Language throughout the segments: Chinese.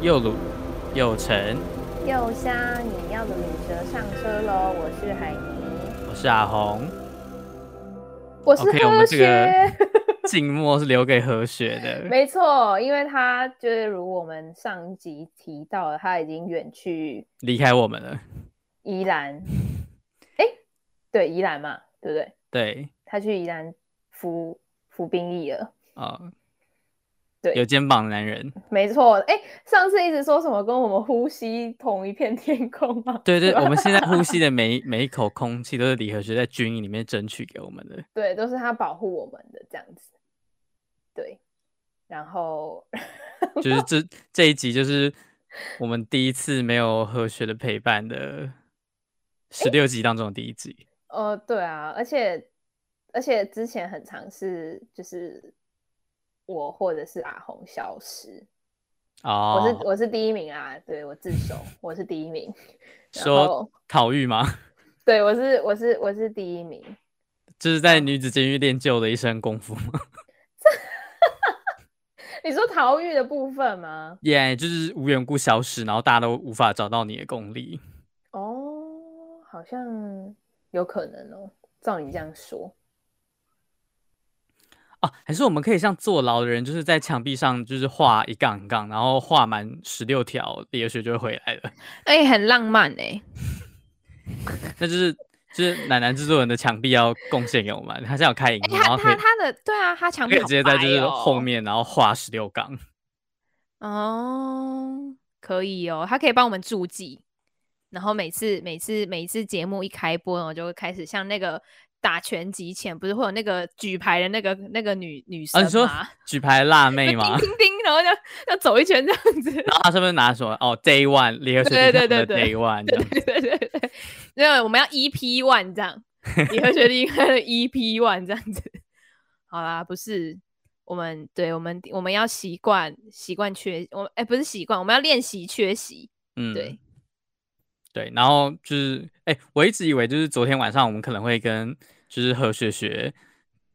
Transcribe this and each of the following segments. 右鲁、右城，右虾，你要的旅蛇上车喽！我是海尼，我是 阿红。我是 OK，我何们这学。个静默是留给何雪的。 没错，因为他就是如我们上一集提到的，他已经远去离开我们了。宜兰， 哎、对宜兰嘛，对不对？对，他去宜兰服服兵役了。啊、对有肩膀的男人。没错，哎、上次一直说什么跟我们呼吸同一片天空吗？ 对对，是吧我们现在呼吸的每一每一口空气都是李和学在军营里面争取给我们的。对，都是他保护我们的这样子。对，然后就是这这一集就是我们第一次没有何雪的陪伴的十六集当中的第一集。呃，对啊，而且而且之前很常是就是我或者是阿红消失，我是哦，我是第一名啊，对我自首，我是第一名。然说后逃狱吗？对我是我是我是第一名，就是在女子监狱练就的一身功夫吗？你说逃狱的部分吗？耶、就是无缘无故消失，然后大家都无法找到你的功力。哦，好像有可能哦，照你这样说，哦，还是我们可以像坐牢的人，就是在墙壁上就是画一杠一杠，然后画满十六条，也许就会回来了。哎、很浪漫哎、欸那就是就是奶奶制作人的墙壁要贡献给我们，他现在有开营，嗯然哎他后可他以他的对啊，他墙可壁以好直接在白就是哦后面，然后画十六杠。哦，可以哦，他可以帮我们注记，然后每次每次每次节目一开播，我就会开始像那个打拳击前不是会有那个举牌的那个那个女女啊，生你说 吗？举牌辣妹叮吗？叮叮，然后就要走一圈这样子。然后他上面拿什么？哦，Day One，联合学对弟对他们的对对 Day One 这对样。对对对对，因为我们要 EP one 这样，你会觉得应该是 EP one 这样子。好啦，不是我们，对我们我们要习惯习惯缺，我哎、不是习惯，我们要练习缺席。嗯，对对，然后就是，哎、我一直以为就是昨天晚上我们可能会跟就是何雪雪，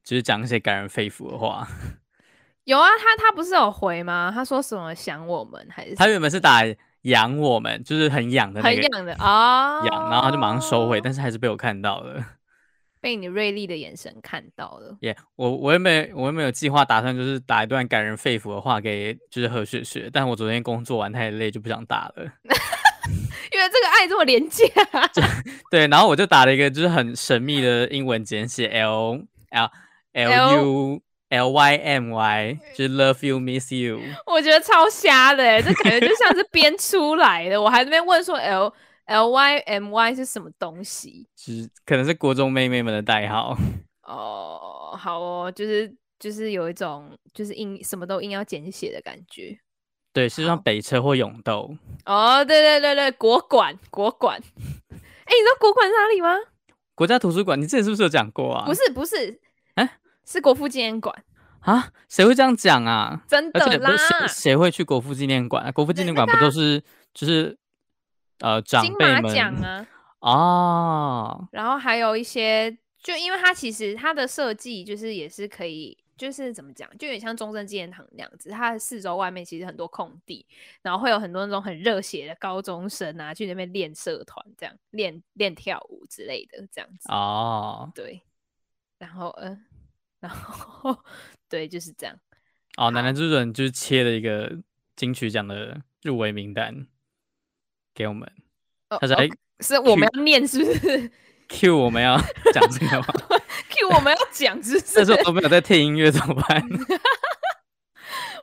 就是讲一些感人肺腑的话。 有啊，他他不是有回吗？他说什么想我们还是他原本是打养我们，就是很痒的那很个痒的啊？痒，然后他就马上收回，但是还是被我看到了。 被你锐利的眼神看到了。耶、我我也没我也没有计划打算就是打一段感人肺腑的话给就是何雪雪，但我昨天工作完太累就不想打了。因为这个爱这么廉价， 对，然后我就打了一个就是很神秘的英文简写 L L L L- U L Y M Y，就是 Love You Miss You。我觉得超瞎的、欸，这感觉就像是编出来的。我还在那边问说 L L Y M Y 是什么东西？就是可能是国中妹妹们的代号，哦，好哦，就是就是有一种就是硬什么都硬要简写的感觉。对，是像好北车或永豆。哦，对对对对，国馆国 馆，哎、你知道国馆是哪里吗？国家图书馆，你之前是不是有讲过啊？不是不是，啊是国父纪念馆，啊，谁会这样讲啊？真而且的不是啦。谁谁会去国父纪念馆啊？国父纪那念那馆不都是就是呃长金辈马们奖啊，哦，然后还有一些，就因为它其实它的设计就是也是可以，就是怎么讲，就有点像中正纪念堂那样子，它的四周外面其实很多空地，然后会有很多那种很热血的高中生啊，去那边练社团，这样练练跳舞之类的，这样子。哦对，然后嗯、呃，然后对，就是这样。哦，男男之准就是切了一个金曲奖的入围名单给我们，哦他哎才哦是我们要念是不是 Q 我们要讲这个吗？ ？Q 我们要讲是不但是是我？都没有在听音乐怎么 办？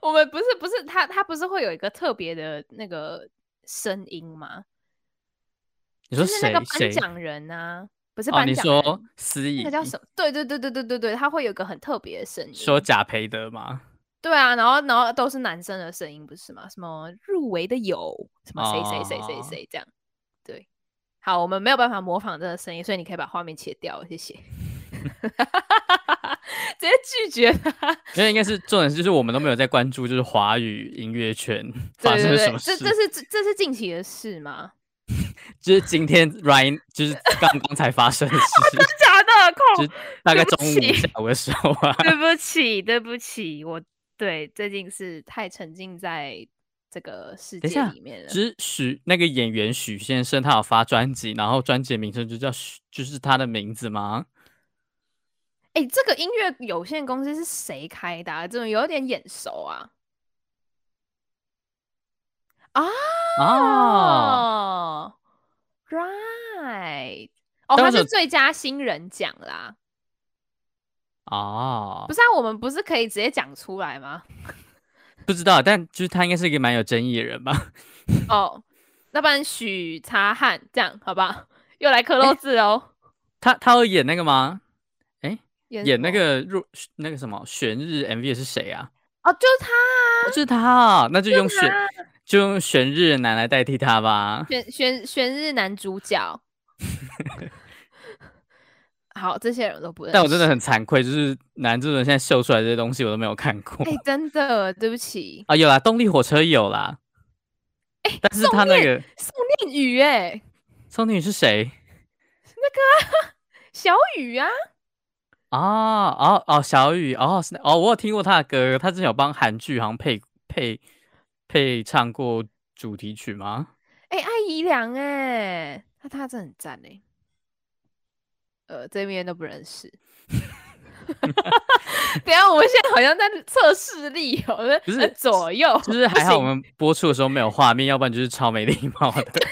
我们不是不是他他不是会有一个特别的那个声音吗？你说就是那谁个谁颁？奖人啊，不是哦，颁你奖人，说司仪那个叫什么？对对对对对对对，他会有一个很特别的声音。说贾培德吗？对啊，然后然后都是男生的声音，不是吗？什么入围的有什么谁谁谁谁哦谁这样，对。好，我们没有办法模仿这个声音，所以你可以把画面切掉，谢谢。 直接拒绝他，因为应该是重点是就是我们都没有在关注就是华语音乐圈发对生了对什对么，这事，这是这这是近期的事吗？就是今天 right 就是刚刚才发生的 事情，假的，靠就是大概对不中午起下午的时候 啊，对不起，对不起，我对最近是太沉浸在这个世等一界下里面了。只是许那个演员许先生，他有发专辑，然后专辑的名称就叫许，就是他的名字吗？哎、这个音乐有限公司是谁开的、啊？怎么有点眼熟啊？啊啊，哦，right，哦，但他我是想最佳新人奖啦。哦不，是啊，我们不是可以直接讲出来吗？不知道，但就是他应该是一个蛮有争议的人吧？ 哦，那不然许察汉这样好不好？又来哎刻漏字哦，他他有演那个吗？演演那什么个若那个什么玄日 MV 的是谁啊？哦，就是他啊哦就是他啊，那就用他玄就用玄日的男来代替他吧。玄玄玄日男主角。好，这些人我都不认识。但我真的很惭愧，就是男主人现在秀出来这些东西我都没有看过哎、真的，对不起，啊。有啦，动力火车有啦，但是他那个哎宋念宇哎、宋宁宇是谁？小雨啊，啊哦哦，小雨哦是那哦，我有听过他的歌，他之前有帮韩剧好像配配配唱过主题曲吗？哎、艾怡良哎、那他真的很赞哎、呃，这边都不认识。 等一下，我们现在好像在测视力哦，我们不是呃左右，就是不还好行我们播出的时候没有画面，要不然就是超没礼貌的。 对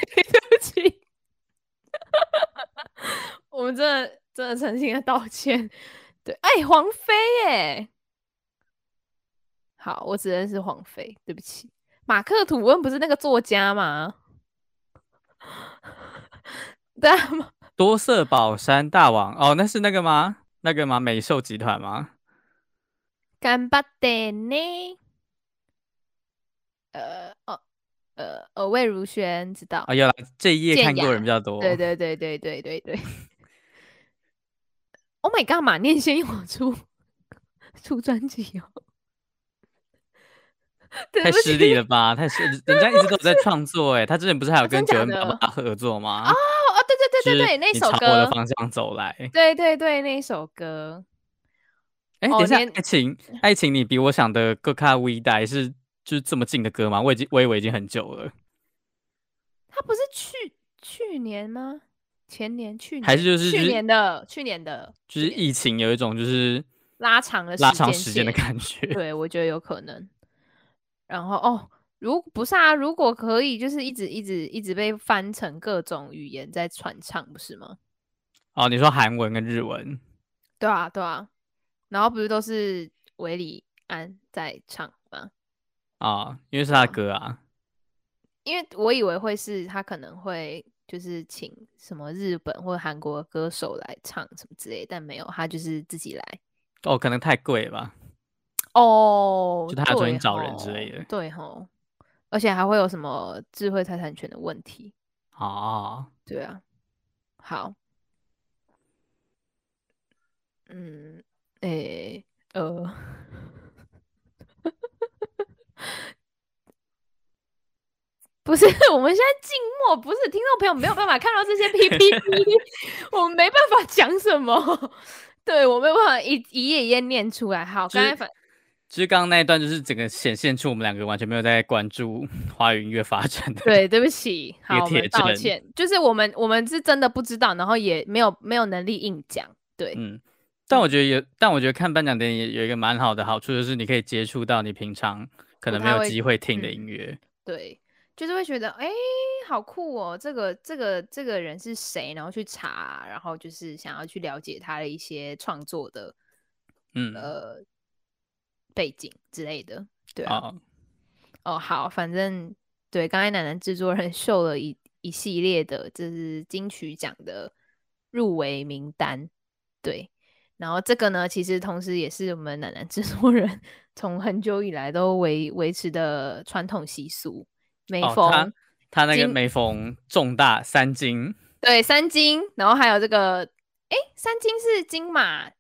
不起， 我们真的真的诚心的道歉。对， 哎、黄飞耶，好，我只认识黄飞，对不起。马克吐温不是那个作家吗？ 对啊，多色宝山大王哦，那是那个吗？那个吗？美兽集团吗？干巴得呢？呃，哦，呃，呃，魏如萱知道啊、。有啦，这一页健看过雅的人比较多。对对对对对对对。Oh my god！马念先有出出专辑哦，对太不失起哦礼了吧？太失，人家一直都有在创作哎、他之前不是还有 真跟假九恩爸的爸合作吗？哦哦，对对对就是对对，那你首朝我的歌，方向走来。对对对，那首歌，哎、哦等一下，连爱情，爱情，你比我想的更卡微带是就是这么近的歌吗？我已经我以为已经很久了，它不是去去年吗？前年、去年还是就是去年的去年的，就是去年疫情有一种就是 拉长了拉时长间时间的线感觉。对，我觉得有可能。然后哦，如不是啊，如果可以，就是一直一直一直被翻成各种语言在传唱，不是吗？哦，你说韩文跟日文，对啊，对啊。然后不是都是韦礼安在唱吗？啊、因为是他的歌啊，因为我以为会是他可能会就是请什么日本或韩国歌手来唱什么之类，但没有，他就是自己来。哦，可能太贵了吧？哦，就他要重新对找人之类吼的对吼，而且还会有什么智慧财产权的问题。哦，对啊，好，嗯，诶、呃，不是，我们现在静默，不是听众朋友没有办法看到这些 PPT，我 们没办法讲什么，对我没有办法一一页一页念出来。好，就刚才是反就是刚刚那一段，就是整个显现出我们两个完全没有在关注 华语音乐发展的。对，对不起，一个好，我们铁道证歉，就是我们我们是真的不知道，然后也没有没有能力硬讲，对，嗯，但我觉得有，但我觉得看颁奖典礼也有一个蛮好的好处，就是你可以接触到你平常可不能没太有会机会听的嗯音乐。对，就是会觉得哎、诶好酷哦，这个这个这个人是谁，然后去查，然后就是想要去了解他的一些创作的嗯，呃背景之类的。对啊，哦，哦好，反正对，刚才奶奶制作人 秀了一一系列的，就是金曲奖的入围名单，对。然后这个呢，其实同时也是我们奶奶制作人 从很久以来都维维持的传统习俗，每哦逢、他他那个金每逢重大三金，对，三金，然后还有这个，哎，三金是金马、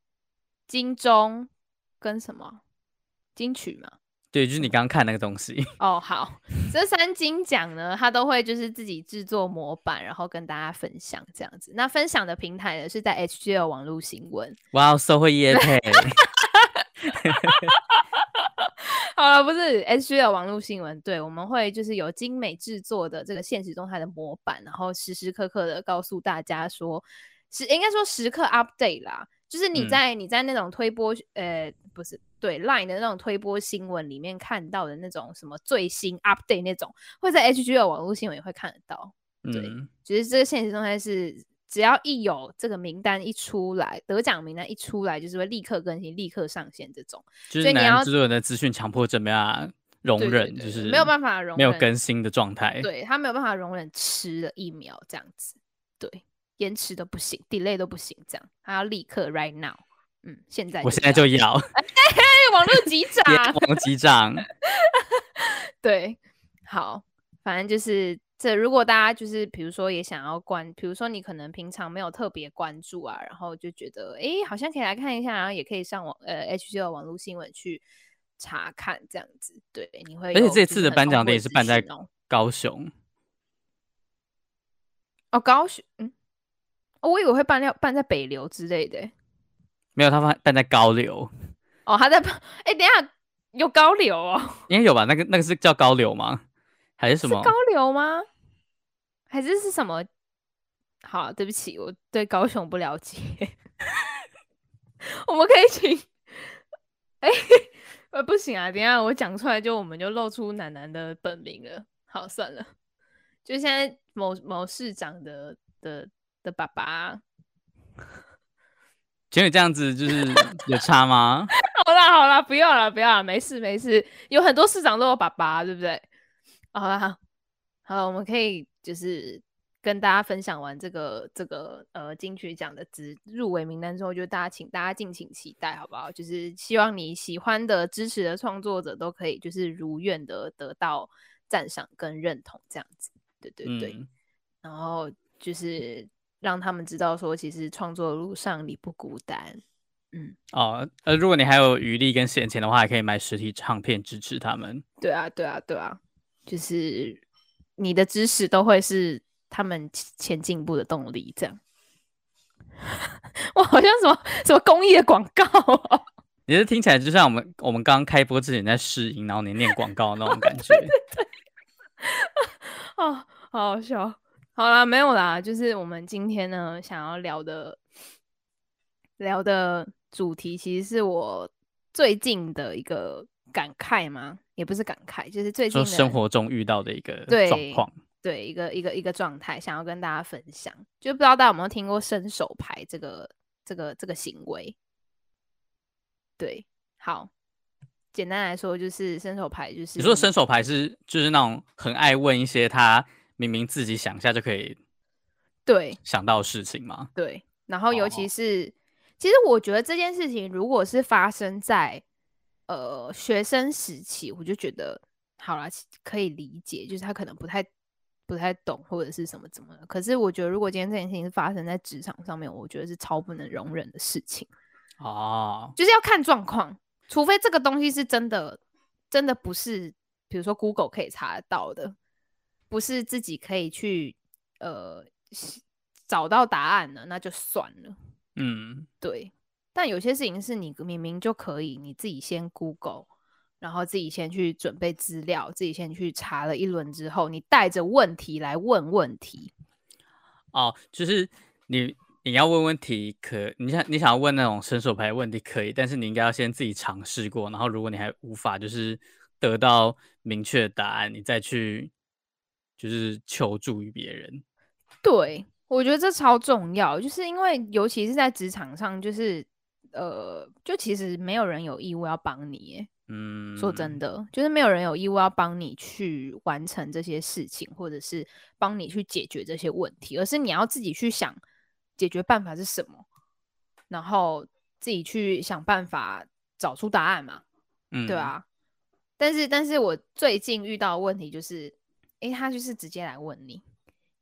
金钟跟什么金曲嘛？对，就是你刚刚看那个东 西。哦，好，这三金奖呢，他都会就是自己制作模板，然后跟大家分享这样子。那分享的平台呢是在 HGL 网络新闻，哇，哦，社会业配，好好了，不是 S G 的网络新闻，对，我们会就是有精美制作的这个现实动态的模板，然后时时刻刻的告诉大家说，时应该说时刻 update 啦，就是你嗯在、你在那种推播，呃，不是对 Line 的那种推播新闻里面看到的那种什么最新 update 那种，会在 H G 的网络新闻也会看得到。 对嗯，其实这个现实动态是，只要一有这个名单一出来，得奖名单一出来，就是会立刻更新、立刻上线这种，就所是以你男要制作人的资讯强迫症没办法容对对忍，对就对是没有办法容没有忍更新的状态。，对他没有办法容忍迟了一秒这样子，对，延迟都不行，delay 都不行，这样他要立刻 right now，嗯，现在我现在就要 要哎网络 急眼涨，王击掌。对，好，反正就是这。如果大家就是比如说也想要关，比如说你可能平常没有特别关注啊，然后就觉得诶好像可以来看一下，然后也可以上网呃 H G 的网络新闻去查看这样子。对，你会而且有这就是次的很颁丰奖典富的礼是资办在讯哦高雄，哦高雄，嗯，哦我以为会办在办在北流之类的欸、没有他办办在高流，哦他在哎、等一下有高流哦，应该有吧？那个那个是叫高流吗？还是什是么？高流吗？还是是什么？好，对不起，我对高雄不了解。 我们可以请，哎、呃，不行啊，等一下我讲出来就我们就露出楠楠的本名了。好，算了，就现在某某市长的的的爸爸。情侣这样子就是有差吗？好啦好啦，不要啦不要啦，没事没事，有很多市长都有爸爸，对不对？好啦，好了，我们可以就是跟大家分享完这个这个呃金曲奖的资入围名单之后，就大家请大家敬请期待，好不好？就是希望你喜欢的、支持的创作者都可以就是如愿的得到赞赏跟认同，这样子，对 对对。嗯，然后就是让他们知道说，其实创作路上你不孤单。哦，呃，如果你还有余力跟闲钱的话，还可以买实体唱片支持他们。对啊，对啊，对啊，就是你的知识都会是他们前前进步的动力。这样， 我好像什么什么公益的广告、 哦，你是听起来就像我们我们刚刚开播之前在试音，然后你念广告那种感 觉。哦，好好笑。好啦，没有啦，就是我们今天呢想要聊的聊的主题，其实是我最近的一个感慨嘛，也不是感慨，就是最近说的生活中遇到的一个对状况，对一个一个一个状态，想要跟大家分享。就不知道大家有没有听过伸手牌这个这个这个行为？对，好，简单来说就是伸手牌，就是你说伸手牌是就是那种很爱问一些他明明自己想一下就可以对想到的事情吗？对，然后尤哦其是，其实我觉得这件事情如果是发生在呃学生时期，我就觉得好啦，其可以理解，就是他可能不太不太懂或者是什么怎么的。可是我觉得如果今天这件事情是发生在职场上面，我觉得是超不能容忍的事情。哦，就是要看状况，除非这个东西是真的，真的不是，比如说 Google 可以查得到的，不是自己可以去呃西找到答案的，那就算了。嗯，对，但有些事情是你明明就可以，你自己先 Google，然后自己先去准备资料，自己先去查了一轮之后，你带着问题来问问题。哦，就是你你要问问题可，你想你想要问那种伸手牌的问题可以，但是你应该要先自己尝试过，然后如果你还无法就是得到明确的答案，你再去就是求助于别人。对，我觉得这超重要，就是因为尤其是在职场上，就是呃，就其实没有人有义务要帮你耶。嗯，说真，的，就是没有人有义务要帮你去完成这些事情，或者是帮你去解决这些问题，而是你要自己去想解决办法是什么，然后自己去想办法找出答案嘛。嗯，对，啊。但是，但是我最近遇到的问题就是，诶，他就是直接来问你，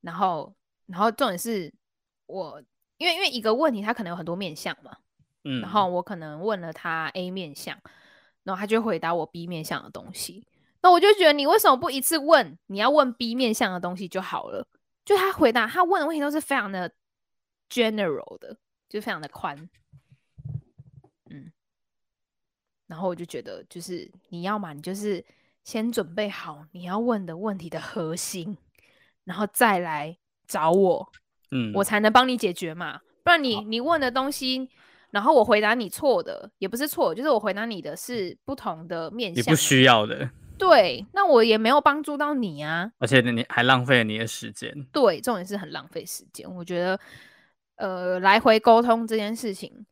然后，然后重点是我，因为因为一个问题，他可能有很多面向嘛，嗯，然后我可能问了他 A 面向，然后他就回答我 B 面向的东西，那我就觉得你为什么不一次问？你要问 B 面向的东西就好了。就他回答他问的问题都是非常的 general 的，就非常的宽。嗯，然后我就觉得，就是你要嘛，你就是先准备好你要问的问题的核心，然后再来找我，嗯，我才能帮你解决嘛。不然你你问的东西，然后我回答你错的，也不是错，就是我回答你的是不同的面你向。不需要的，对，那我也没有帮助到你啊。而且你还浪费了你的时间。对，重点是很浪费时间。我觉得，呃，来回沟通这件事情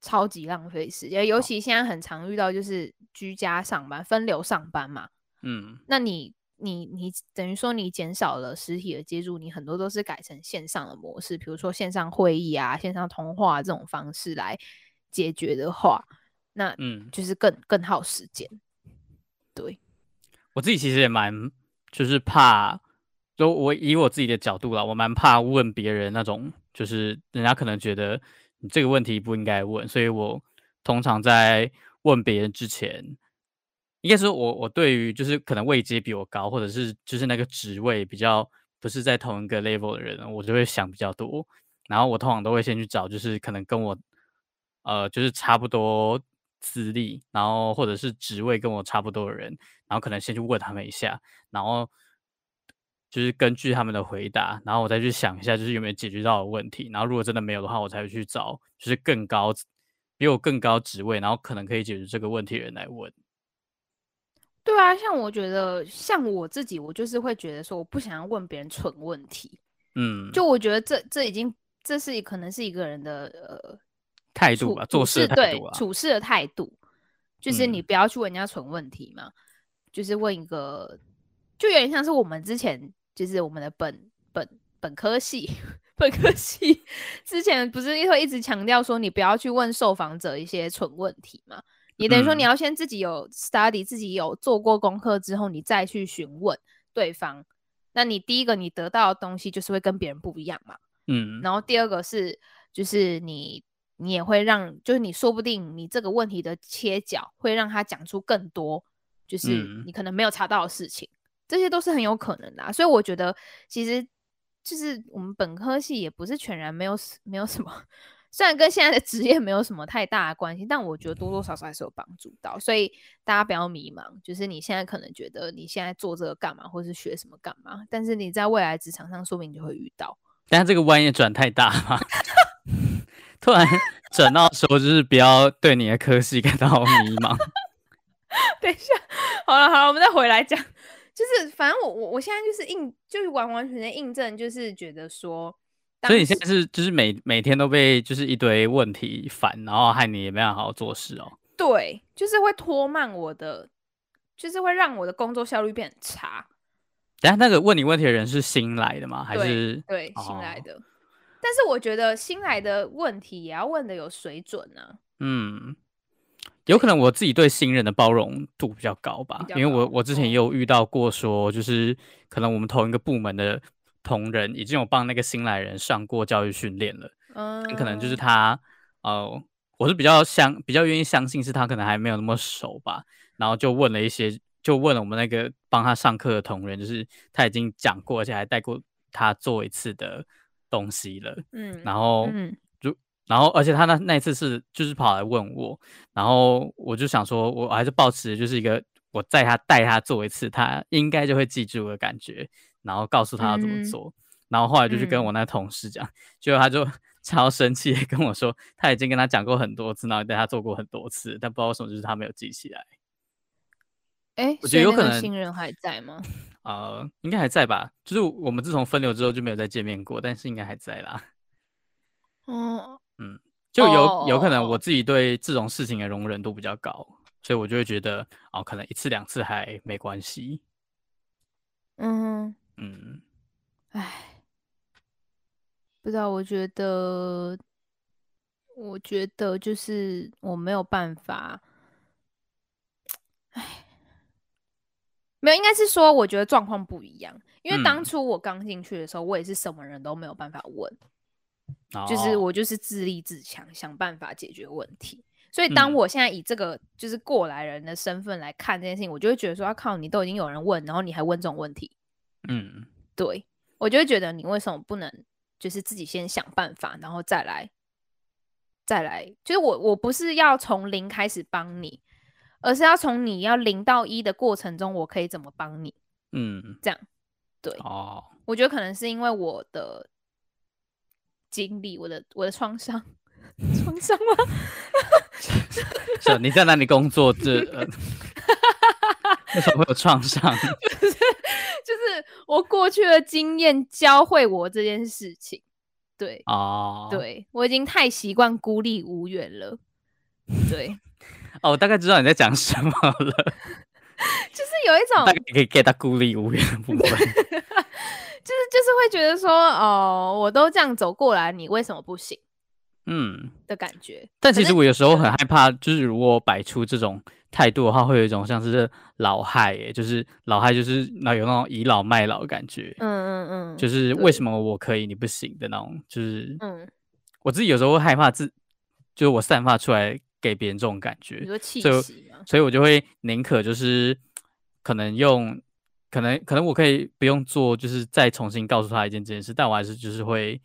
超级浪费时间，尤其现在很常遇到就是居家上班、分流上班嘛。嗯，那你、你、你等于说你减少了实体的接触，你很多都是改成线上的模式，比如说线上会议啊、线上通话这种方式来解决的话，那嗯就是更更耗时间。对，我自己其实也蛮就是怕，就我以我自己的角度啦，我蛮怕问别人那种，就是人家可能觉得你这个问题不应该问，所以我通常在问别人之前，应该说我我对于就是可能位阶比我高，或者是就是那个职位比较不是在同一个 level 的人，我就会想比较多，然后我通常都会先去找就是可能跟我呃就是差不多资历，然后或者是职位跟我差不多的人。然后可能先去问他们一下，然后就是根据他们的回答，然后我再去想一下，就是有没有解决到的问题。然后如果真的没有的话，我才会去找就是更高比我更高职位，然后可能可以解决这个问题的人来问。对啊，像我觉得，像我自己，我就是会觉得说，我不想要问别人蠢问题。嗯，就我觉得这这已经这是一可能是一个人的呃态度吧，做事的态对度啊。处事的态度，就是你嗯不要去问人家蠢问题嘛，就是问一个，就有点像是我们之前就是我们的本本本科系本科系之前不是会一直强调说你不要去问受访者一些蠢问题嘛，你等于说你嗯要先自己有 study，自己有做过功课之后，你再去询问对方。那你第一个你得到的东西就是会跟别人不一样嘛，嗯，然后第二个是，就是你你也会让，就是你说不定你这个问题的切角会让他讲出更多，就是嗯你可能没有查到的事情，这些都是很有可能的啊、所以我觉得其实就是我们本科系也不是全然没有什没有什么，虽然跟现在的职业没有什么太大的关系，但我觉得多多少少还是有帮助到。所以大家不要迷茫，就是你现在可能觉得你现在做这个干嘛，或是学什么干嘛，但是你在未来职场上说不定就会遇到。但是这个弯也转太大嘛， 突然转到说就是不要对你的科系感到迷 茫。等一下，好了好了，我们再回来讲。 就是反正我我我现在就是印，就是完完全全印证，就是觉得说，所以当你现在时是就是每每天都被就是一堆问题烦，然后害你也没办法好好做事哦。对，就是会拖慢我的，就是会让我的工作效率变很差。等下那个问你问题的人是新来的吗？还对是对，新来哦的。但是我觉得新来的问题也要问的有水准啊。嗯，有可能我自己对新人的包容度比较高吧，比较因为我高我之前也嗯有遇到过说，就是可能我们同一个部门的同仁已经有帮那个新来人上过教育训练了，嗯但，可能就是他呃，我是比较相比较愿意相信是他可能还没有那么熟吧，然后就问了一些，就问了我们那个帮他上课的同仁，就是他已经讲过，而且还带过他做一次的东西了，嗯，然后嗯就然后而且他那那一次是就是跑来问我，然后我就想说，我还是保持就是一个我在他带他做一次，他应该就会记住的感觉，然后告诉他要怎嗯么做。然后后来就去跟我那同事讲，结果他就 超生气地跟我说，他已经跟他讲过很多次，然后也带他做过很多次，但不知道为什么就是他没有记起来。哎，我所觉以得有那可个能新人还在吗？呃，应该还在吧？就是我们自从分流之后就没有再见面过，但是应该还在啦。嗯，就有、有可哦哦能哦我自己对这种事情的容忍度比较高，所以我就会觉得哦，可能一次两次还没关系。嗯，嗯，唉，不知道，我觉得，我觉得就是我没有办法，唉，没有，应该是说，我觉得状况不一样。因为当嗯初我刚进去的时候，我也是什么人都没有办法问，然后就是我就是自立自强，想办法解决问题。所以当嗯我现在以这个就是过来人的身份来看这件事情，我就会觉得说，啊靠，你都已经有人问，然后你还问这种问题，嗯，对我就会觉得你为什么不能就是自己先想办法，然后再来再来？就是我我不是要从零开始帮你，而是要从你要零到一的过程中，我可以怎么帮你？嗯，这样对哦，我觉得可能是因为我的经历，我的我的创伤，创伤吗？ 是你在哪里工作？这、呃、 为什么会有创伤？就是我过去的经验教会我这件事情。对，哦，，对我已经太习惯孤立无援了。对，哦，我大概知道你在讲什么了，就是有一种大概可以 get 到孤立无援的部分。 就是就是会觉得说，哦，我都这样走过来，你为什么不行嗯，的感觉。但可嗯其实是我有时候很害怕，就是如果摆出这种态度的话，会有一种像是老害、欸，就是老害，就是那有那种倚老卖老的感觉，嗯嗯嗯，就是为对什么我可以你不行的那种，就是嗯，我自己有时候会害怕自，就是我散发出来给别人这种感你觉，说气就息吗？所以我就会宁可就是可能用，可能可能我可以不用做，就是再重新告诉他一件这件事，但我还是就是会，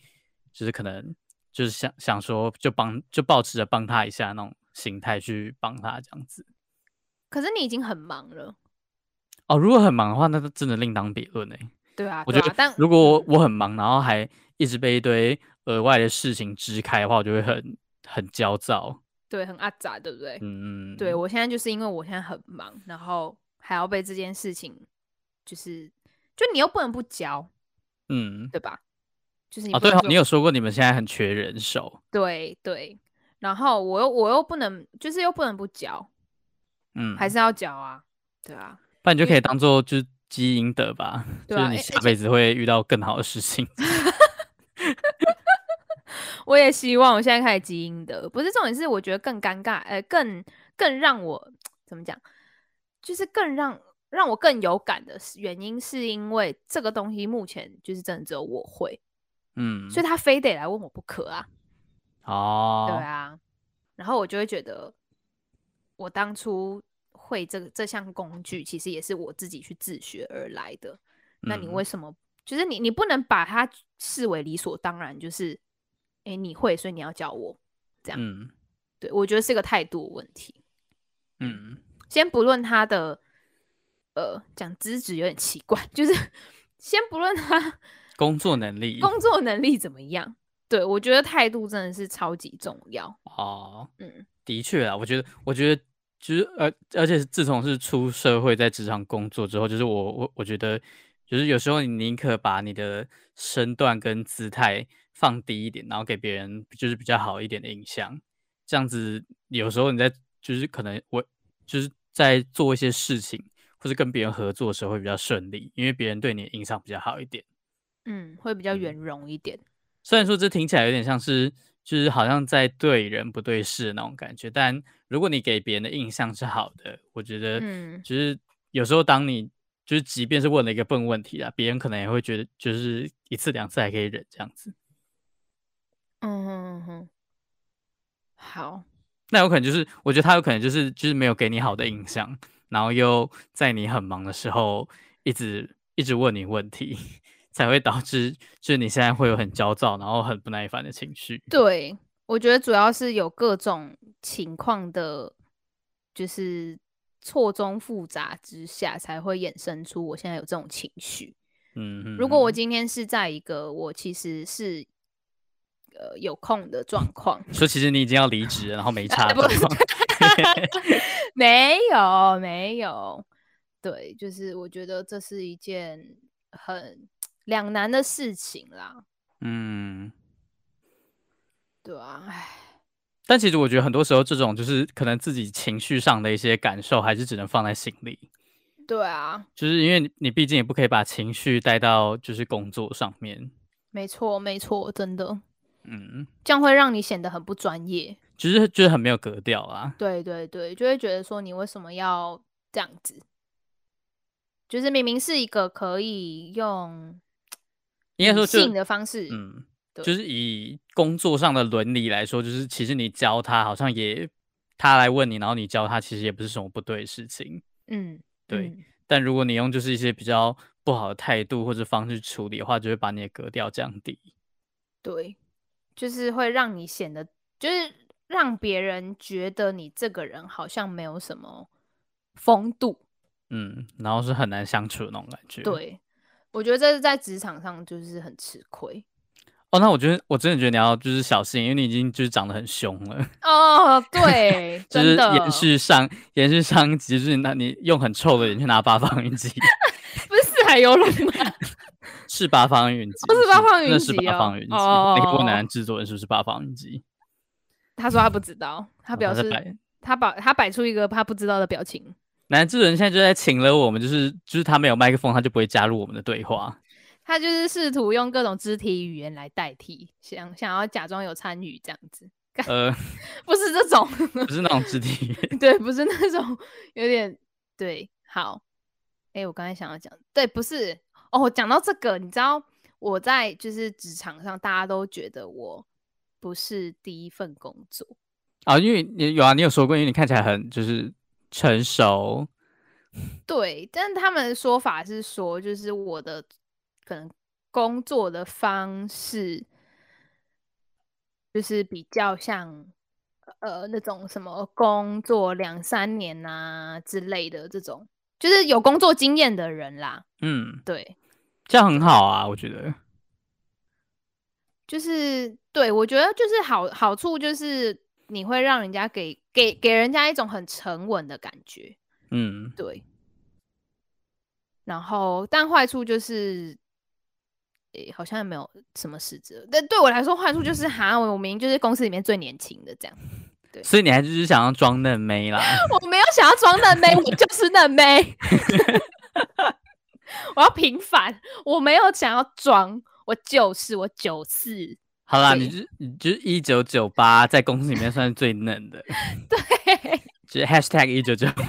就是可能就是想想说就帮就保持着帮他一下那种心态去帮他这样子。可是你已经很忙了，哦，如果很忙的话，那就真的另当别论哎。对啊，我对觉啊但得如果我嗯我很忙，然后还一直被一堆额外的事情支开的话，我就会很很焦躁。对很阿杂，对不对？嗯，对我现在就是因为我现在很忙，然后还要被这件事情，就是就你又不能不教，嗯，对吧？就是你哦，不对能哦，说你有说过你们现在很缺人手，对对，然后我又我又不能，就是又不能不教，嗯，还是要教啊，对啊，不然你就因可为以当做就是基因的吧，对就啊是你诶下辈子会遇到更好的事情。我也希望我现在开始基因的，不是重点是我觉得更尴尬，呃，更更让我怎么讲，就是更让让我更有感的是原因，是因为这个东西目前就是真的只有我会，嗯，所以他非得来问我不可啊，对哦，啊，然后我就会觉得我当初会这个这项工具，其实也是我自己去自学而来的，那你嗯为什么？就是你，你不能把它视为理所当然，就是，哎、你会，所以你要教我，这样嗯对，我觉得是个态度问题。嗯，先不论他的，呃，讲资质有点奇怪，就是 先不论他工作能力工作能力怎么样，对我觉得态度真的是超级重要。哦，嗯，的确啊，我觉得，我觉得。就是，而而且自从是出社会在职场工作之后，就是我我我觉得，就是有时候你宁可把你的身段跟姿态放低一点，然后给别人就是比较好一点的印象。这样子有时候你在就是可能我就是在做一些事情，或是跟别人合作的时候会比较顺利，因为别人对你的印象比较好一点。嗯，会比较嗯圆融一点。虽然说这听起来有点像是，就是好像在对人不对事的那种感觉，但如果你给别人的印象是好的，我觉得，嗯就是有时候当你就是即便是问了一个笨问题啊，别人可能也会觉得就是一次两次还可以忍这样子，嗯哼嗯哼，好，那有可能就是我觉得他有可能就是就是没有给你好的印象，然后又在你很忙的时候一直一直问你问题， 才会导致就是你现在会有很焦躁，然后很不耐烦的情绪。对，我觉得主要是有各种情况的，就是错综复杂之下，才会衍生出我现在有这种情绪。嗯哼，如果我嗯今天是在一个我其实是呃有空 的状况， 说其实你已经要离职了，然后没差哎的不状是况，没有没有，对，就是我觉得这是一件很两难的事情啦， 嗯。对啊，唉，但其实我觉得很多时候，这种就是可能自己情绪上的一些感受，还是只能放在心里。对啊，就是因为你你毕竟也不可以把情绪带到就是工作上面，没错没错，真的，嗯，这样会让你显得很不专业。就是就是很没有格调啊。对对对，就会觉得说你为什么要这样子？就是明明是一个可以用应该理说就性的方式，嗯，对就是以工作上的伦理来说，就是其实你教他好像也他来问你，然后你教他，其实也不是什么不对的事情。嗯，对嗯但如果你用就是一些比较不好的态度或者方式处理的话，就会把你的格调降低。对，就是会让你显得，就是让别人觉得你这个人好像没有什么风度。嗯，然后是很难相处的那种感觉。，对，我觉得这是在职场上就是很吃亏哦，那我觉得我真的觉得你要就是小心，因为你已经就是长得很凶了， 哦。对，就真是的延续上延续上一集，就是那你用很臭的脸去拿八方云集，不是四海游龙吗？ 是八方云集，哦是八方云那是集八哦方云集。哦那个哦哦波南制作人是不是八方云集？他说他不知道，他哦表在示摆他把他摆出一个他不知道的表情。男制作人现在就在请了我们，就是就是他没有麦克风，他就不会加入我们的对话。他就是试图用各种肢体语言来代替，想想要假装有参与这样子，呃， 不是这种， 不是那种肢体语言，对，不是那种有点对。好，哎、我刚才想要讲，对，不是哦。讲到这个，你知道我在就是职场上，大家都觉得我不是第一份工作，啊，因为你有啊，你有说过，因为你看起来很就是成熟，对，但他们的说法是说，就是我的可能工作的方式，就是比较像呃那种什么工作两三年啊之类的这种，就是有工作经验的人啦。嗯，对，这样很好啊，我觉得。就是对我觉得就是好好处就是你会让人家给给给人家一种很沉稳的感觉。嗯，对。然后，但坏处就是，诶、好像也没有什么实质。但对我来说，坏处就是，哈，我明明就是公司里面最年轻的这样， 所以你还就是想要装嫩妹啦， 我没有想要装嫩妹，我就是嫩妹。 我要平反，我没有想要装，我就是我九四， 好啦，你对就是你就是一九九八，在公司里面算是最嫩的，就是 hashtag 一九九八，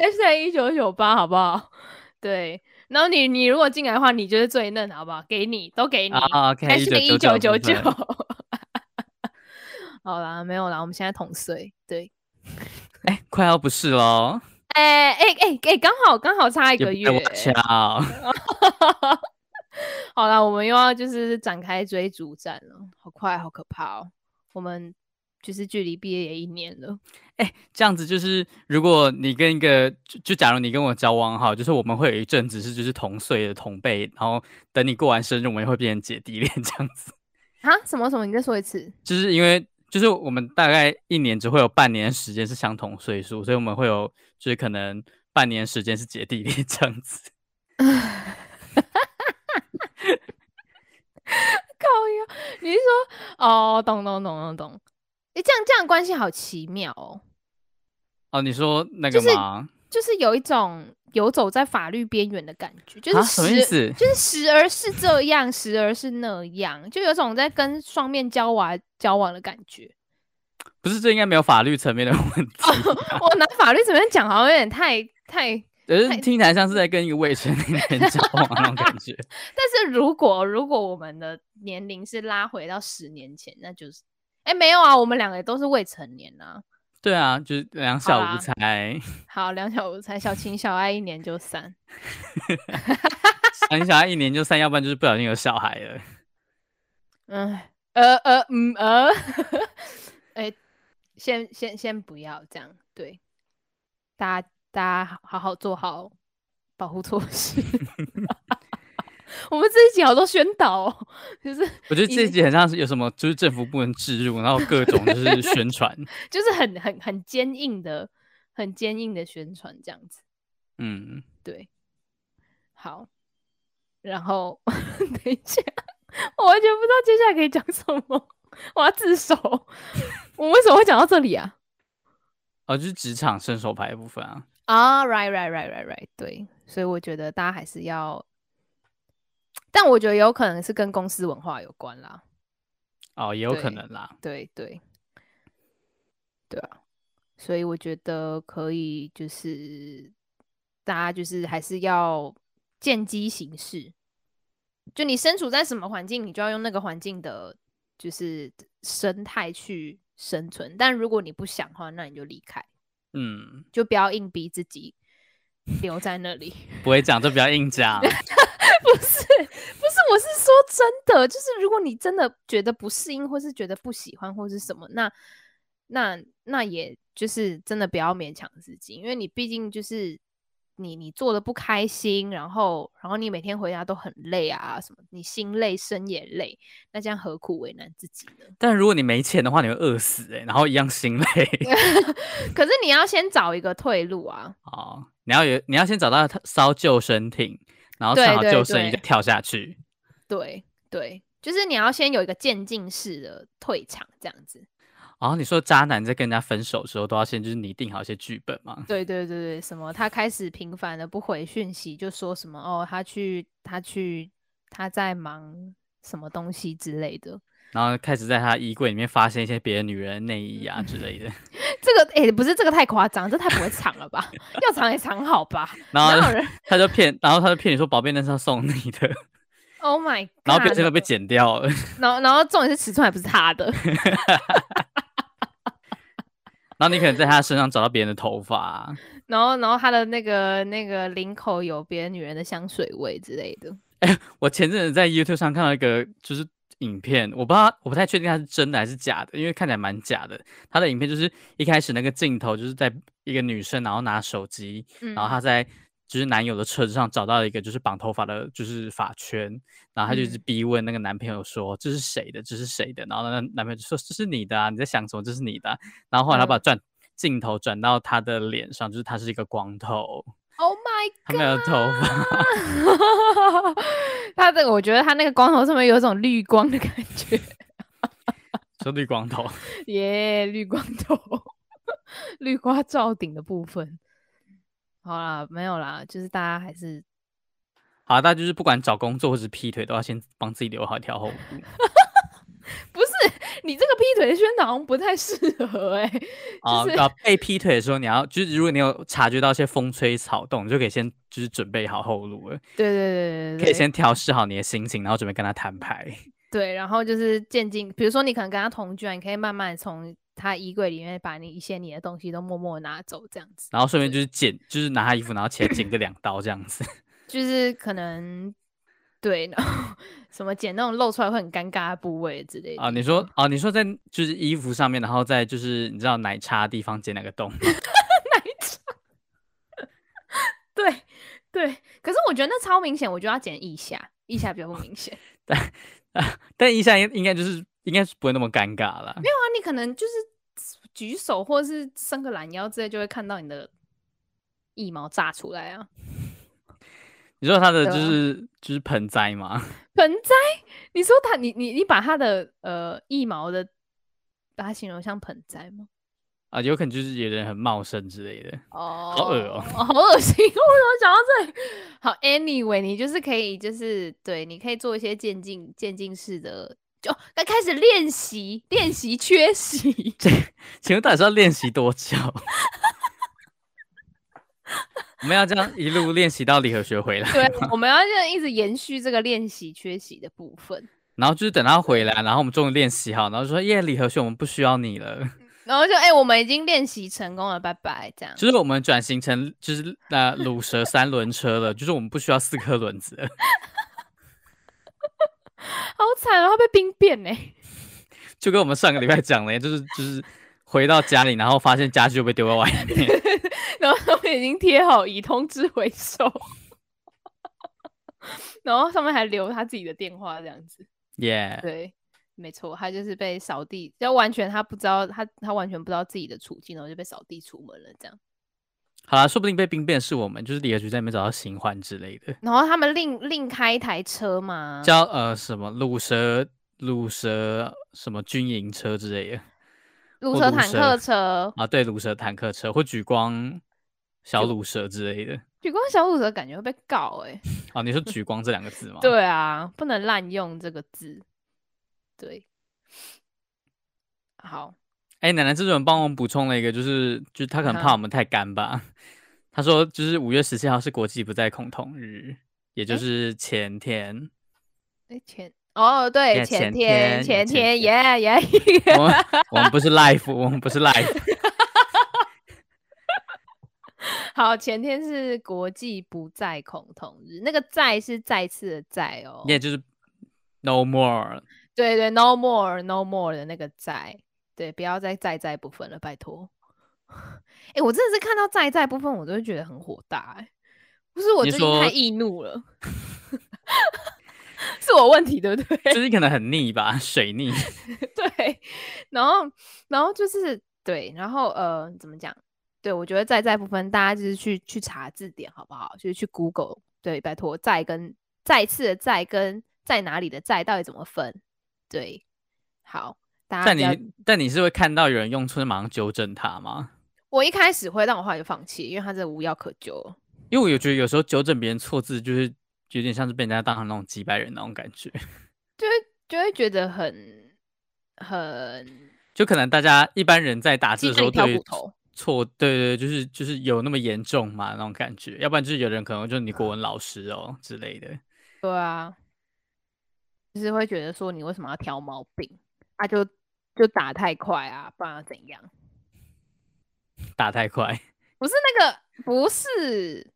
还是在一九九八，好不好？ 对。然后你你如果进来的话，你就是最嫩，好不好？给你都给你 啊，OK，还是个一九九九1999。 好啦，没有啦，我们现在同岁，对，哎，快要不是喽，哎哎哎哎，刚好刚好 差一也不个月在，我笑， 好啦，我们又要就是展开追逐战了，好快，好可怕哦，我们就是距离毕业也一年了，哎，这样子就是，如果你跟一个就就假如你跟我交往好，就是我们会有一阵子是就是同岁的同辈，然后等你过完生日，我们也会变成姐弟恋这样子，啊，什么什么，你再说一次，就是因为就是我们大概一年只会有半年的时间是相同岁数，所以我们会有就是可能半年时间是姐弟恋这样子。靠呀，你是说哦，懂懂懂懂懂，诶，这样这样关系好奇妙哦，哦，你说那就个是吗？就是有一种游走在法律边缘的感觉，就啊是什么意时思就是时而是这样，时而是那样，就有种在跟双面交娃交往的感觉。不是，这应该没有法律层面的问题吧，我拿法律怎么样讲，好像有点太太。只是太听起来像是在跟一个未成年人交往那种感觉。 但是如果如果我们的年龄是拉回到十年前，那就是哎、没有啊，我们两个也都是未成年啊。对啊，就是两好小啦无猜，好，两小无猜，小情小爱，一年就散。很小孩一年就三，啊要不然就是不小心有小孩了。嗯，呃呃嗯呃，哎、先先先不要这样，对，大家大家好好好做好保护措施。 我们这一集好多宣导、哦，就是我觉得一这一定集很像是有什么，就是政府部门置入，然后各种就是宣传。就是很很很坚硬的、很坚硬的宣传这样子。嗯，对，好，然后 等一下，我完全不知道接下来可以讲什么，我要自首。 我为什么会讲到这里啊？哦，就是职场伸手牌的部分啊。啊、r i g h t right right right right，对，所以我觉得大家还是要，但我觉得有可能是跟公司文化有关啦，哦，也有可对能啦。对对，对啊，所以我觉得可以就是大家就是还是要见机行事，就你身处在什么环境，你就要用那个环境的，就是生态去生存，但如果你不想的话，那你就离开，嗯，就不要硬逼自己留在那里。不会讲就不要硬哦 讲。不是，不是，我是说真的，就是如果你真的觉得不适应，或是觉得不喜欢，或是什么，那那那也就是真的不要勉强自己，因为你毕竟就是你你做的不开心，然后然后你每天回家都很累啊，什么你心累身也累，那这样何苦为难自己呢？但如果你没钱的话，你会饿死哎、然后一样心累 可是你要先找一个退路啊，哦。你要有，你要先找到它烧救生艇，然后对上好对救生衣对再跳下去。对对，就是你要先有一个渐进式的退场，这样子。然后哦你说渣男在跟人家分手的时候，都要先就是拟定好一些剧本嘛？对对对对，什么他开始频繁的不回讯息，就说什么哦，他去他去他在忙什么东西之类的。 然后开始在他衣柜里面发现一些别的女人的内衣啊之类的，这个哎、不是这个太夸张，这太不会藏了吧？ 要藏也藏好吧？ 然 后哪他有就人他就骗，然后他就骗你说宝贝那是要送你的， ？Oh my god！然后变真的被剪掉了。然后然后重点是尺寸还不是他的， 然后你可能在他身上找到别人的头发啊、然后然后他的那个那个领口有别的女人的香水味之类的。我前阵子在 YouTube 上看到一个就是影片，我不知道我不太确定它是真的还是假的，因为看起来蛮假的。它的影片就是一开始那个镜头就是在一个女生，然后拿手机，嗯，然后她在就是男友的车子上找到一个就是绑头发的，就是发圈，然后她就一直嗯逼问那个男朋友说、这是谁的，这是谁的，然后那男朋友就说这是你的啊，你在想什么，这是你的啊、然后后来他嗯把转。镜头转到她的脸上，就是她是一个光头， Oh my 她没有头 发， god！他这个我觉得他那个光头上面有一种绿光的感觉。是绿光头。耶绿光头， 绿瓜罩顶的部分。好啦，没有啦，就是大家还是好，大家就是不管找工作或是劈腿，都要先帮自己留好一条后 路不是你这个劈腿的宣导好像不太适合哎、啊。就是要被劈腿的时候，你要就是如果你有察觉到一些风吹草动，你就可以先就是准备好后路了， 对对对对对，可以先调试好你的心情，然后准备跟他摊牌。对，然后就是渐进，比如说你可能跟他同居啊，你可以慢慢从他衣柜里面把你一些你的东西都默默拿走，这样子，然后顺便就是剪，就是拿他衣服，然后起来剪个 两刀这样子。就是可能对，然后 什么剪那种露出来会很尴尬的部位之类的啊，地你说方啊，你说在就是衣服上面，然后在就是你知道奶茶的地方剪两个洞吗，奶茶？对对，可是我觉得那超明显，我就要剪腋下，腋下比较不明显。 但一下应应该就是应该是不会那么尴尬啦。那你可能就是举手或是伸个懒腰之类，就会看到你的腋毛炸出来啊！你说他的对就啊是就是盆栽嘛，盆栽，你说他，你你你把他的呃腋毛的，把它形容像盆栽吗？ 啊，有可能就是有人很茂盛之类的。哦恶哦好恶心！我怎么讲到这里？好，anyway，你就是可以，就是对，你可以做一些渐进渐进式的，就该开始练习练习缺席。 请问到底是要练习多久？ 我们要这样一路练习到理和学回来， 对，我们要就一直延续这个练习缺席的部分，然后就是等他回来，然后我们终于练习好，然后就说耶，理和学我们不需要你了，然后就哎、我们已经练习成功了，拜拜，这样。就是我们转型成就是呃卤蛇三轮车了，就是我们不需要四颗轮子了，好惨哦，他被兵变呢。 就跟我们上个礼拜讲的一样，就是就是回到家里，然后发现家具又被丢在外面， 然后他们已经贴好已通知回收， 然后上面还留他自己的电话这样子。耶、对，没错，他就是被扫地，就完全他不知道他他完全不知道自己的处境，然后就被扫地出门了这样。好啦，说不定被兵变的是我们，就是理和学在里面找到新欢之类的，然后他们另另开一台车嘛，叫呃什么卤蛇卤蛇什么军营车之类的。路或车路坦蛇克车，啊，对，卤蛇坦克车或举光小卤蛇之类的。举光小组的感觉会被告哎、啊， 你说举光这两个字吗？，对啊，不能滥用这个字。对，好，哎，奶奶这人帮我们补充了一个，就是就是他可能怕哈我们太干吧。他说就是五月十七号是国际不再恐同日，也就诶是前 天。哎、前哦对， Yeah，前前天前前天耶耶，我们我们不是 life，我们不是 life。 好，前天是国际不再恐同日，那个再是再次的再哦。也就是 no more， 对对，no more no more 的那个在，对，不要再在在部分了，拜托。 哎、我真的是看到在在部分，我都会觉得很火大、欸。不是我你最近太说易怒了， 是我问题对不对？就是可能很腻吧，水腻。 对，然后然后就是对，然后呃，怎么讲？对我觉得在在部分，大家就是去去查字典好不好？就是去 Google，对，拜托在跟再次的在跟在哪里的在到底怎么分？对，好，大家但不要你但你是会看到有人用错，马上纠正他吗？我一开始会，但我后来就放弃，因为他真的无药可救了。因为我有觉得有时候纠正别人错字，就是有点像是被人家当成那种几百人那种感觉。 就会就会觉得很很就可能大家一般人在打字鸡的时候蛋里挑对于骨头。错，对对，就是就是有那么严重嘛那种感觉，要不然就是有人可能就是你国文老师哦之类的。对啊，就是会觉得说你为什么要挑毛病？啊就就打太快啊，不然要怎样？打太快，不是那个，不是，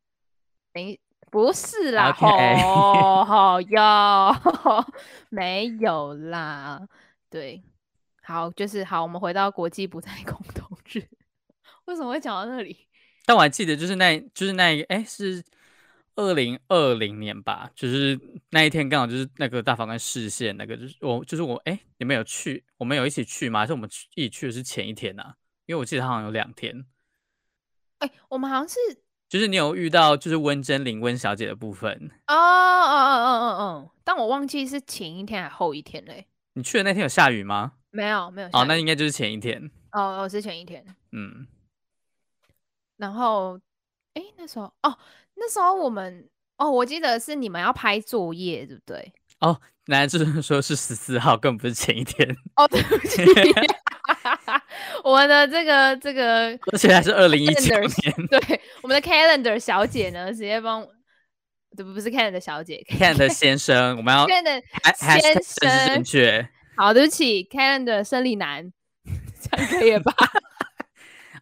没不是啦， OK 吼吼哟， 没有啦，对，好，就是好，我们回到国际不再共同日，为什么会讲到那里？但我还记得就是那就是那一个哎是二零二零年吧，就是那一天刚好就是那个大法官视线那个，就是我就是我哎你们有去，我们有一起去吗？还是我们去一起去的是前一天啊？因为我记得他好像有两天，哎、我们好像是就是你有遇到就是温真菱温小姐的部分，哦哦哦哦哦哦，但我忘记是前一天还后一天嘞。你去的那天有下雨吗？没有没有下哦，雨，那应该就是前一天。哦哦是前一天，嗯，然后哎那时候哦那时候我们哦我记得是你们要拍作业对不对？哦，原来就是说是十四号，根本不是前一天，哦对不起， 我们的这个这个而且还是二零一九 calendar 年 对我们的 calendar 小姐呢直接帮我，对不不是 calendar 小姐看的先生，我们要 calendar 还先是正生确好对不起 calendar 生理男，这样可以了吧？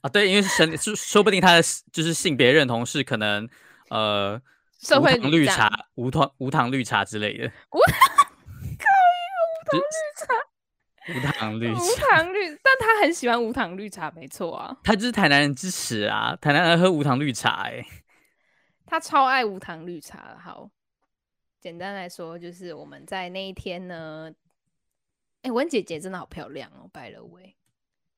啊？对，因为是生说说不定他的是就是性别认同是可能呃社无会糖女绿战茶、无糖无糖绿茶之类的，无 无糖绿茶，无糖绿无茶。糖绿，但他很喜欢无糖绿茶，没错啊，他就是台南人之耻啊！台南人喝无糖绿茶、欸，他超爱无糖绿茶的。好，简单来说，就是我们在那一天呢，哎、文姐姐真的好漂亮哦，拜了喂。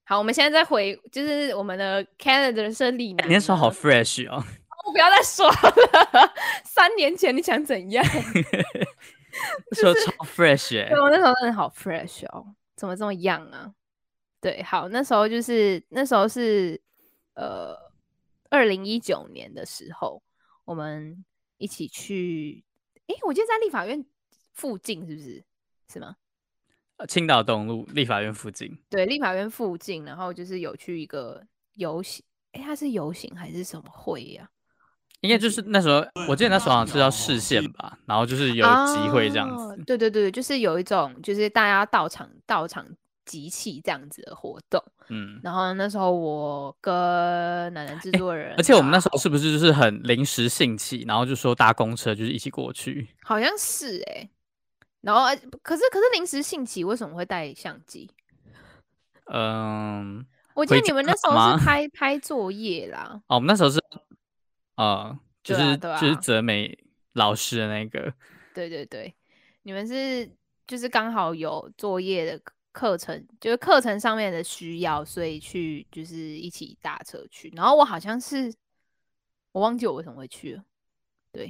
好，我们现在再回，就是我们的 Canada 生理哎，男呢，你那时候好 fresh 哦。我不要再说了。 三年前你想怎样？那时候超 fresh 哎、对，我那时候真的好 fresh 哦，怎么这么样啊？对，好，那时候就是那时候是呃，二零一九年的时候，我们一起去，诶，我记得在立法院附近是不是？是吗？青岛东路立法院附近，对，立法院附近，然后就是有去一个游行，诶，它是游行还是什么会呀、应该嗯就是那时候，我记得那时候好像是要视线吧，然后就是有集会这样哦子。对对对，就是有一种就是大家到场到场集气这样子的活动。嗯，然后那时候我跟奶奶制作人啊、哎而且我们那时候是不是就是很临时兴起，然后就说搭公车就是一起过去？好像是哎、然后而可是可是临时兴起为什么会带相机？嗯，我记得回你家们那时候吗是拍拍作业啦，哦，我们那时候是，呃，就对啊是对就是啊泽美老师的那个，对对对，你们是就是刚好有作业的课程，就是课程上面的需要，所以去就是一起搭车去。然后我好像是我忘记我为什么会去了，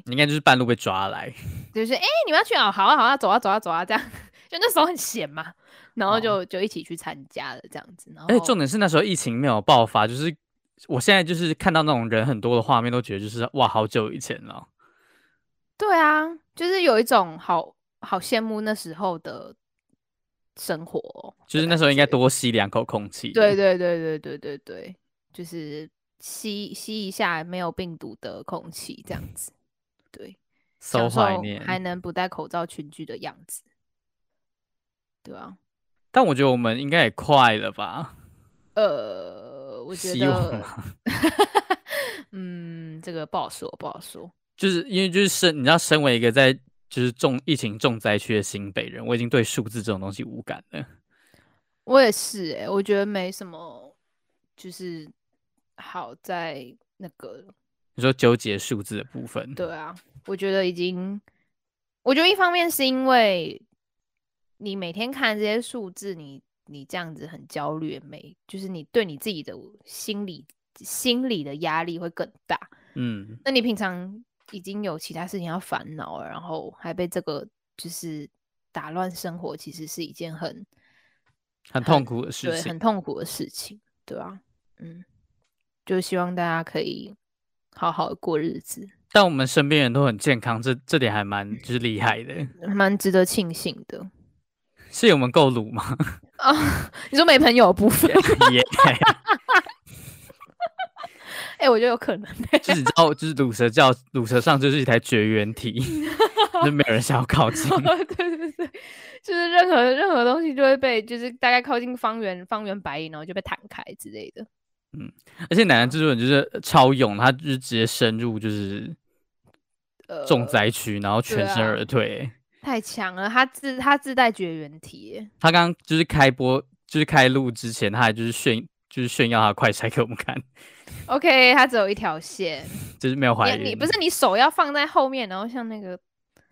应该就是半路被抓来。就是哎、诶你们要去啊，好啊好啊，走啊走啊走啊，这样 就那时候很闲嘛，然后哦就、就一起去参加了这样子。然后而且重点是那时候疫情没有爆发，就是我现在就是看到那种人很多的画面，都觉得就是哇，好久以前了。对啊，就是有一种好好羡慕那时候的生活哦，就是的那时候应该感觉多吸两口空气。对对对对对对对，就是吸吸一下没有病毒的空 气这样子，对， ，so 享怀受念。还能不戴口罩群聚的样子，对啊，但我觉得我们应该也快了吧？呃，我觉希望得啦， 嗯，这个不好说，不好说，就是因为就是身，你知道，身为一个在就是重疫情重灾区的新北人，我已经对数字这种东西无感了。我也是哎、我觉得没什么，就是好在那个了你说纠结数字的部分，对啊，我觉得已经，我觉得一方面是因为你每天看这些数字，你你这样子很焦虑，没就是你对你自己的心理心理的压力会更大。嗯，那你平常已经有其他事情要烦恼了，然后还被这个就是打乱生活，其实是一件很很痛苦的事对很情。痛苦的事情，对啊，嗯，就希望大家可以好好地过日子。但我们身边人都很健康，这这点还蛮就是厉害的。蛮值得庆幸的是我们够鲁吗？ 啊。 你说没朋友的部分，耶、哎、我觉得有可能、 就是你知道，就是鲁蛇教鲁蛇上就是一台绝缘体， 就没有人想要靠近。 对对对，就是任何任何东西就会被，就是大概靠近方圆方圆百里，然后就被弹开之类的。而且奶奶制作人就是超勇，他就是直接深入就是呃，重灾区，然后全身啊而退、欸太强了，他自他自带绝缘体耶，他刚刚就是开播，就是开录之前，他还就是炫，就是炫耀他的快拆给我们看， OK，他只有一条线，就是没有怀你孕。你不是你手要放在后面，然后像那个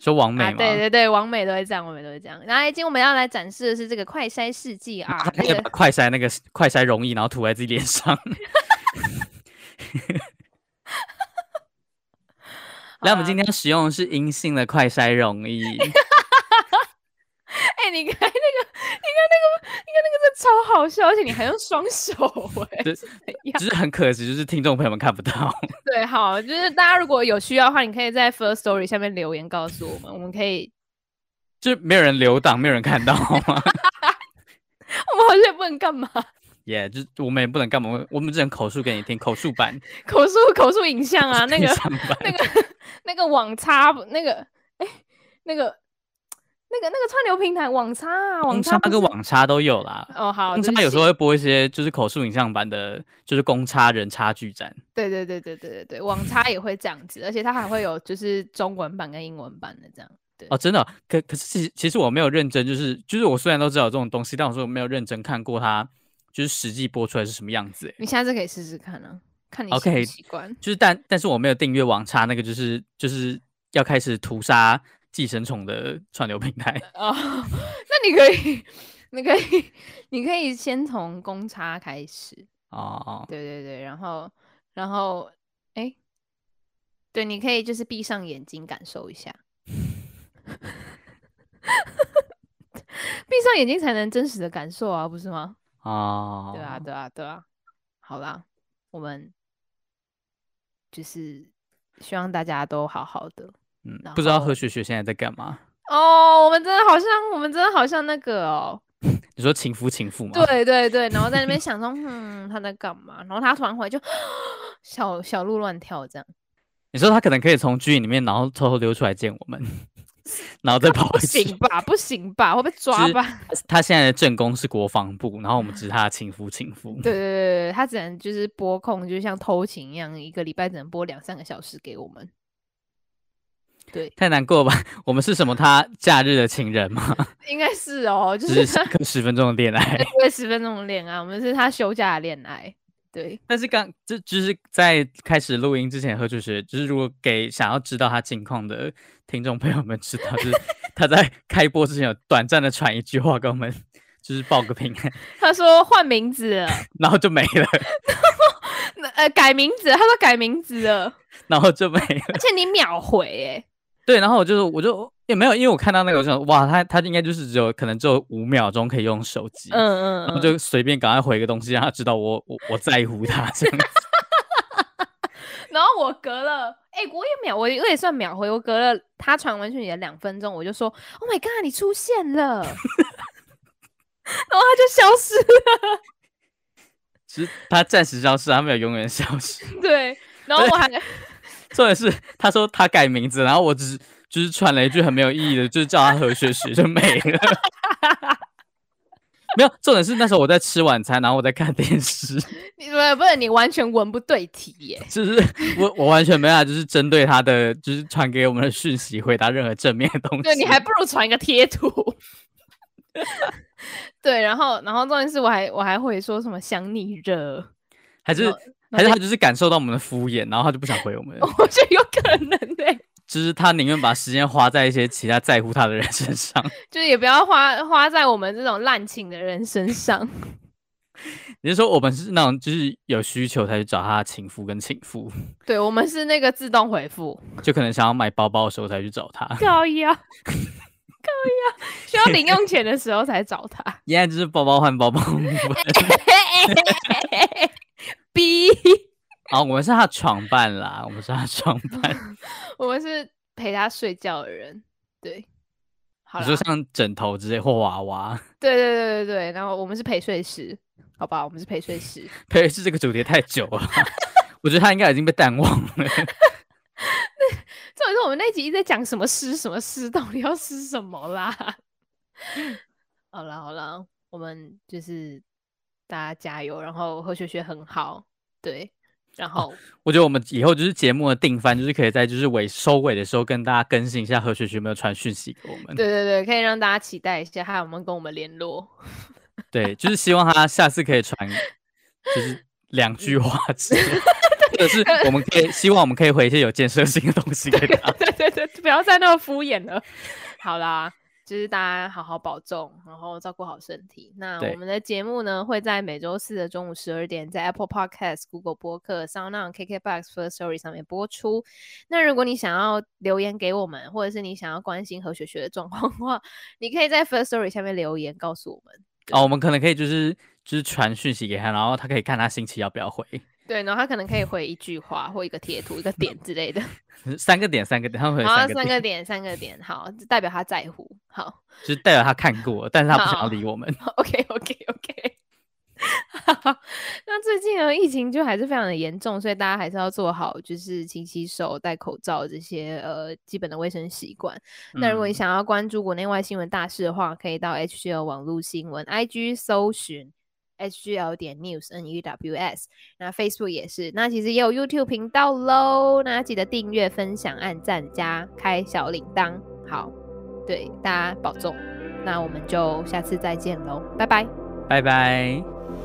说王美啊，吗？对对对，王美都会这样，王美都会这样。然后今天我们要来展示的是这个快筛试 剂啊，他可那以个把快筛那个快筛容易，然后涂在自己脸上。 来，我们今天使用的是阴性的快筛容 易，哎、你看那 个，你看那个，你看那个，真的超好笑，而且你还用双手哎、对是怎样只是很可惜，就是听众朋友们看不到。 对，好，就是大家如果有需要的话，你可以在 First Story 下面留言告诉我们，我们可 以，就是没有人留档，没有人看到 吗？我们好像也不能干嘛，耶、就是我们也不能干嘛，我们只能口述给你听，口述版口述口述影像啊，那给你个上版。那个那个网插，那个哎、那个那个那个串流平台网插啊，网公差插不跟是网差都有啦。哦好，公就差是有时候会播一些就是口述影像版的，就是公差人差距战。对对对对对对对，网插也会这样子，而且它还会有就是中文版跟英文版的这样。对哦，真的哦、可可是其实其实我没有认真，就是就是我虽然都知道有这种东西，但我说我没有认真看过它，就是实际播出来是什么样子欸。你下次可以试试看啊，看你习不 OK 习惯。就是但但是我没有订阅网差那个，就是就是要开始屠杀寄生虫的串流平台。哦， 那你可以， 你可以， 你可以先从公差开始，哦，对对对，然后，然后，哎，对，你可以就是闭上眼睛感受一下， 闭上眼睛才能真实的感受啊，不是吗？哦，对啊，对啊，对啊。好啦，我们就是希望大家都好好的。嗯然，不知道后何雪雪现在在干嘛？哦，我们真的好像，我们真的好像那个哦，你说情夫情妇吗？，对对对，然后在那边想说，嗯，他在干嘛？然后他突然回来就 小小鹿乱跳这样，你说他可能可以从剧里面，然后偷偷溜出来见我们， 然后再跑 不回去。行吧，不行吧，会被抓是吧？ 他他现在的正宫是国防部，然后我们只是他的情夫情妇。对对对对，他只能就是播控，就像偷情一样，一个礼拜只能播两三个小时给我们。对，太难过了吧？ 我们是什么？他假日的情人吗？ 应该是哦，就只是是上课十分钟的恋 爱。因为十分钟的恋爱，我们是他休假的恋爱。对，但是刚这就是在开始录音之前，何主持就是如果给想要知道他近况的听众朋友们知道，就是他在开播之前有短暂的传一句话跟我们，就是报个平安， 他说换名字了，然后就没了，那呃改名字了，他说改名字了，然后就没了。而且你秒回 哎、对，然后我就我就也没有，因为我看到那个我就想，哇，他他应该就是只有可能只有五秒钟可以用手机，嗯嗯然后嗯，就随便赶快回一个东西，让他知道我我我在乎他这样子。然后我隔了哎、我也秒，我我也算秒回，我隔了他传完讯息的两分钟，我就说 Oh my god，你出现了，然 后他就消失 只是他暂时消失，他没有永远消失。了，对，然后我还重点是他说他改名字，然后我只是就是传了一句很没有意义的，就是叫他何雪雪就没了。 没有，重点是那时候我在吃晚餐，然后我在看电视，你不是不是你完全文不对题耶、就是我我完全没办法，就是针对他的就是传给我们的讯息回答任何正面的东西。对你还不如传一个贴图， 对，然后然后重点是我还我还会说什么想你热， 还是那还是他就是感受到我们的敷衍，然后他就不想回我们了，我觉得有可能对、就是他宁愿把时间花在一些其他在乎他的人身上。 就是也不要花花在我们这种滥情的人身上。你是说我们是那种就是有需求才去找他的情夫跟情妇，对我们是那个自动回复，就可能想要买包包的时候才去找他。 高腰高腰，需要零用钱的时候才找 他。现在就是包包换包包 的部分 B，啊，我们是他的床伴啦，我们是他的床伴。我们是陪他睡觉的人，对。好你啦说像枕头之类或娃娃， 对对对对对，然后我们是陪睡师，好吧，我们是陪睡师。佩是这个主题太久了， 我觉得他应该已经被淡忘了。 重点是我们那集一直在讲什么诗，什么诗到底要诗什么啦？ 好了好了，我们就是大家加油，然后何学学很好，对，然哦后我觉得我们以后就是节目的定番，就是可以在就是尾收尾的时候跟大家更新一下何雪雪有没有传讯息给我们。对对对，可以让大家期待一下，还有没有跟我们联络？对，就是希望他下次可以传，就是两句话之类的 或者是我们可以希望我们可以回一些有建设性的东西给他。 对对对，不要再那么敷衍了。好啦，就是大家好好保重，然后照顾好身体。那对我们的节目呢，会在每周四的中午十二点，在 Apple Podcast、Google 播客、Sound On、KKBox、First Story 上面播出。那如果你想要留言给我们，或者是你想要关心何雪雪的状况的话，你可以在 First Story 下面留言告诉我们。哦，我们可能可以就是就是传讯息给他，然后他可以看他星期要不要回。对，然后他可能可以回一句话或一个贴图、一个点之类 的。三个点，三个点，他会有好，啊三个三点，个点，三个点，好，这代表他在乎。好。就是代表他看过，但是他不想要好理我们。 OK OK OK 。 那最近呢，疫情就还是非常的严重，所以大家还是要做好就是勤洗手、戴口罩这些呃基本的卫生习惯。那如果你嗯想要关注国内外新闻大事的话，可以到 HGL 网络新闻 IG 搜寻 HGL 点 news n e w s，那 Facebook 也是，那其实也有 YouTube 频道喽。那记得订阅、分享、按赞加开小铃铛。好，对大家保重，那我们就下次再见喽，拜拜。拜拜。